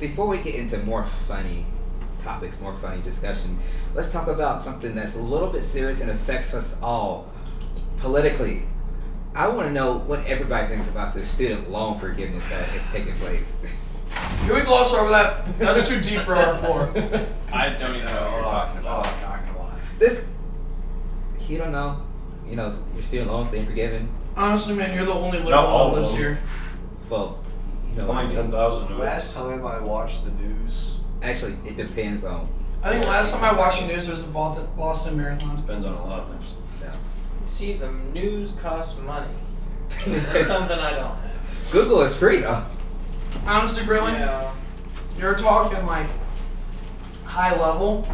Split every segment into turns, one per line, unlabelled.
before we get into more funny topics, more funny discussion, let's talk about something that's a little bit serious and affects us all politically. I want to know what everybody thinks about this student loan forgiveness that is taking place.
Can we gloss over that? That's too deep for our floor.
I don't even know what you're talking about.
I'm not gonna lie.
This, you don't know, you know, your student loan's being forgiven.
Honestly, man, you're the only liberal
Not all
that lives
of them.
here.
Well, you know,
Only ten thousand of
Last
it.
time I watched the news,
actually, it depends on.
I think last time I watched the news was the Boston Boston Marathon.
Depends on a lot of things.
No.
See, the news costs money. That's something I don't have.
Google is free though.
Honestly, Brilliant,
Yeah.
you're talking like high level.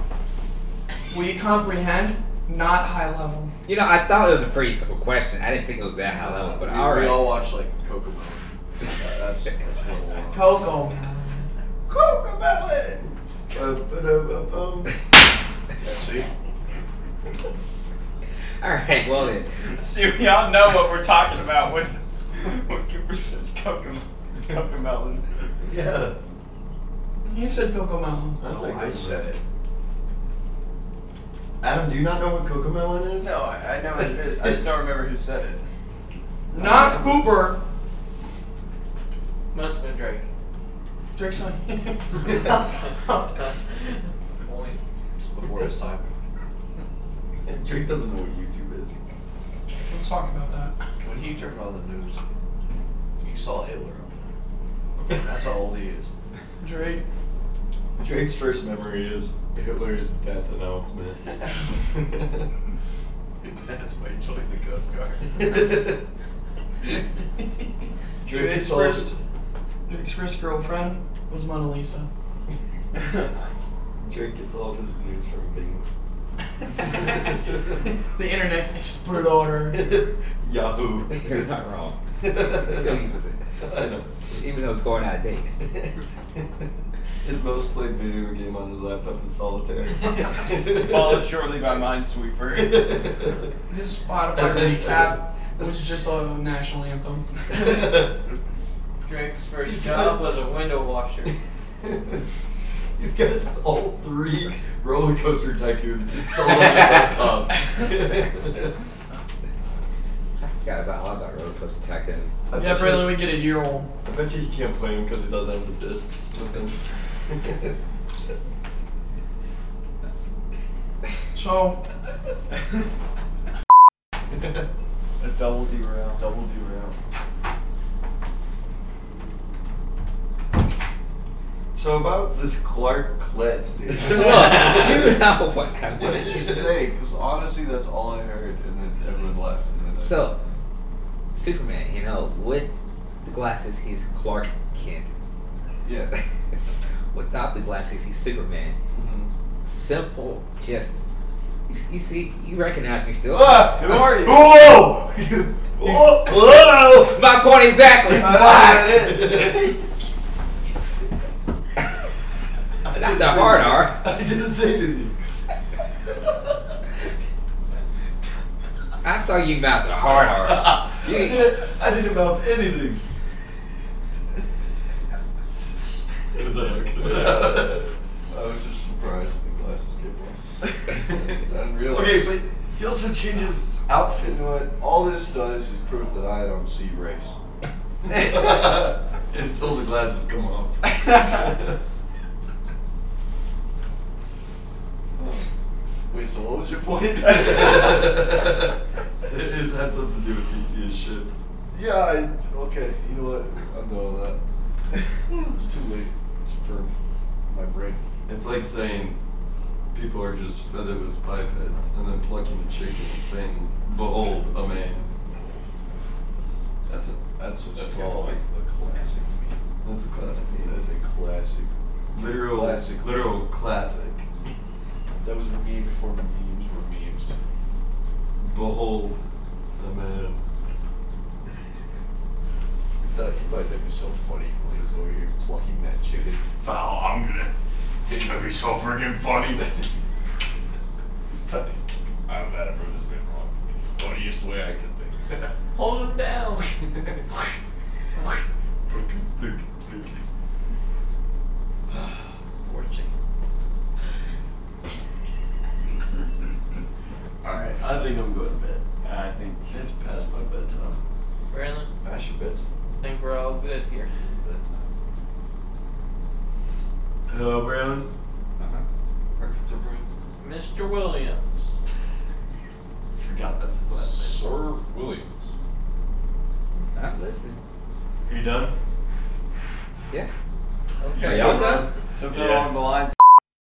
We comprehend, not high level.
You know, I thought it was a pretty simple question. I didn't think it was that high level, but
we,
all
we
right.
all watched like Coco Melon. That's that's level one.
Coco, man.
Coco Melon. Ba-ba-da-ba-bum. Yeah, see,
all right. Well then,
See, we all know what we're talking about when when Cooper says Coca Coca Melon.
yeah,
You said Coco Melon.
I,
like,
I
Coco
said it. Adam, do you not know what Coco Melon is?
No, I, I know what it is. I just don't remember who said it.
Not Hooper.
Must have been Drake.
Drake something.
Point.
It's before his time. And Drake doesn't know what YouTube is.
Let's talk about that.
When he turned on the news, you saw Hitler up there. That's how old he is.
Drake.
Drake's first memory is Hitler's death announcement.
That's why he joined the Coast Guard.
Drake's first, Drake's first girlfriend was Mona Lisa.
Drake gets all of his news from Bing.
The internet explorer.
Yahoo.
you're not wrong. Still uses it,
I know.
even though it's going out of date.
His most played video game on his laptop is solitaire.
Followed shortly by Minesweeper.
His Spotify recap was just a national anthem.
Drake's first
He's got-
job was a window washer.
He's got all three roller coaster tycoons installed on his laptop.
I forgot about all that roller coaster tycoon.
I
Yeah,
bet you-
Braylon, we get a year old.
I bet you he can't play him because he doesn't have the discs with him.
So,
A double derail.
Double derail. So about this Clark Klett,
Look,
dude.
you know what I
What did you say? Because honestly, that's all I heard, and then everyone left. And then I-
So, Superman, you know, with the glasses, he's Clark Kent.
yeah.
Without the glasses, he's Superman.
Mhm.
Simple, just. You, you see, you recognize me still.
Ah!
Who are you?
Whoa! Whoa! Whoa!
My point exactly.
Ah, it is. I
Not
didn't
the
say
hard
anything.
R.
I didn't say anything.
I saw you mouth the hard R.
I
You-
didn't, I didn't mouth anything. I was just surprised the glasses get wet. I didn't realize.
okay, but he also changes
You
outfits.
know what? All this does is prove that I don't see race.
Until the glasses come off.
Wait, so what was your point?
it had something to do with DC as shit.
yeah, I, okay. You know what? I'm done with that. It's too late for my brain.
It's like saying people are just featherless bipeds and then plucking a chicken and saying, Behold, a man. That's a,
That's what
That's a
you
good
call
point.
a classic meme.
that's a classic.
That is a classic.
Literal,
Classic.
literal classic.
That was a meme before memes were memes.
Behold, a man.
I thought you might think it's so funny when he's over here plucking that chicken.
Oh, I'm gonna. It's gonna be so freaking funny.
It's funny.
I'm gonna prove this man wrong. Funniest way I could think.
Hold him down.
I think I'm going to bed.
I think.
It's past my bedtime.
Brandon,
Bash your bed.
I think we're all good here.
Hello, Brown.
Uh-huh.
Breakfast to bread.
Mr. Williams.
Forgot that's his last
Sir Williams.
I'm listening.
name. Are you done?
Yeah.
Okay.
Are y'all done?
Something
tá.
Yeah.
along the lines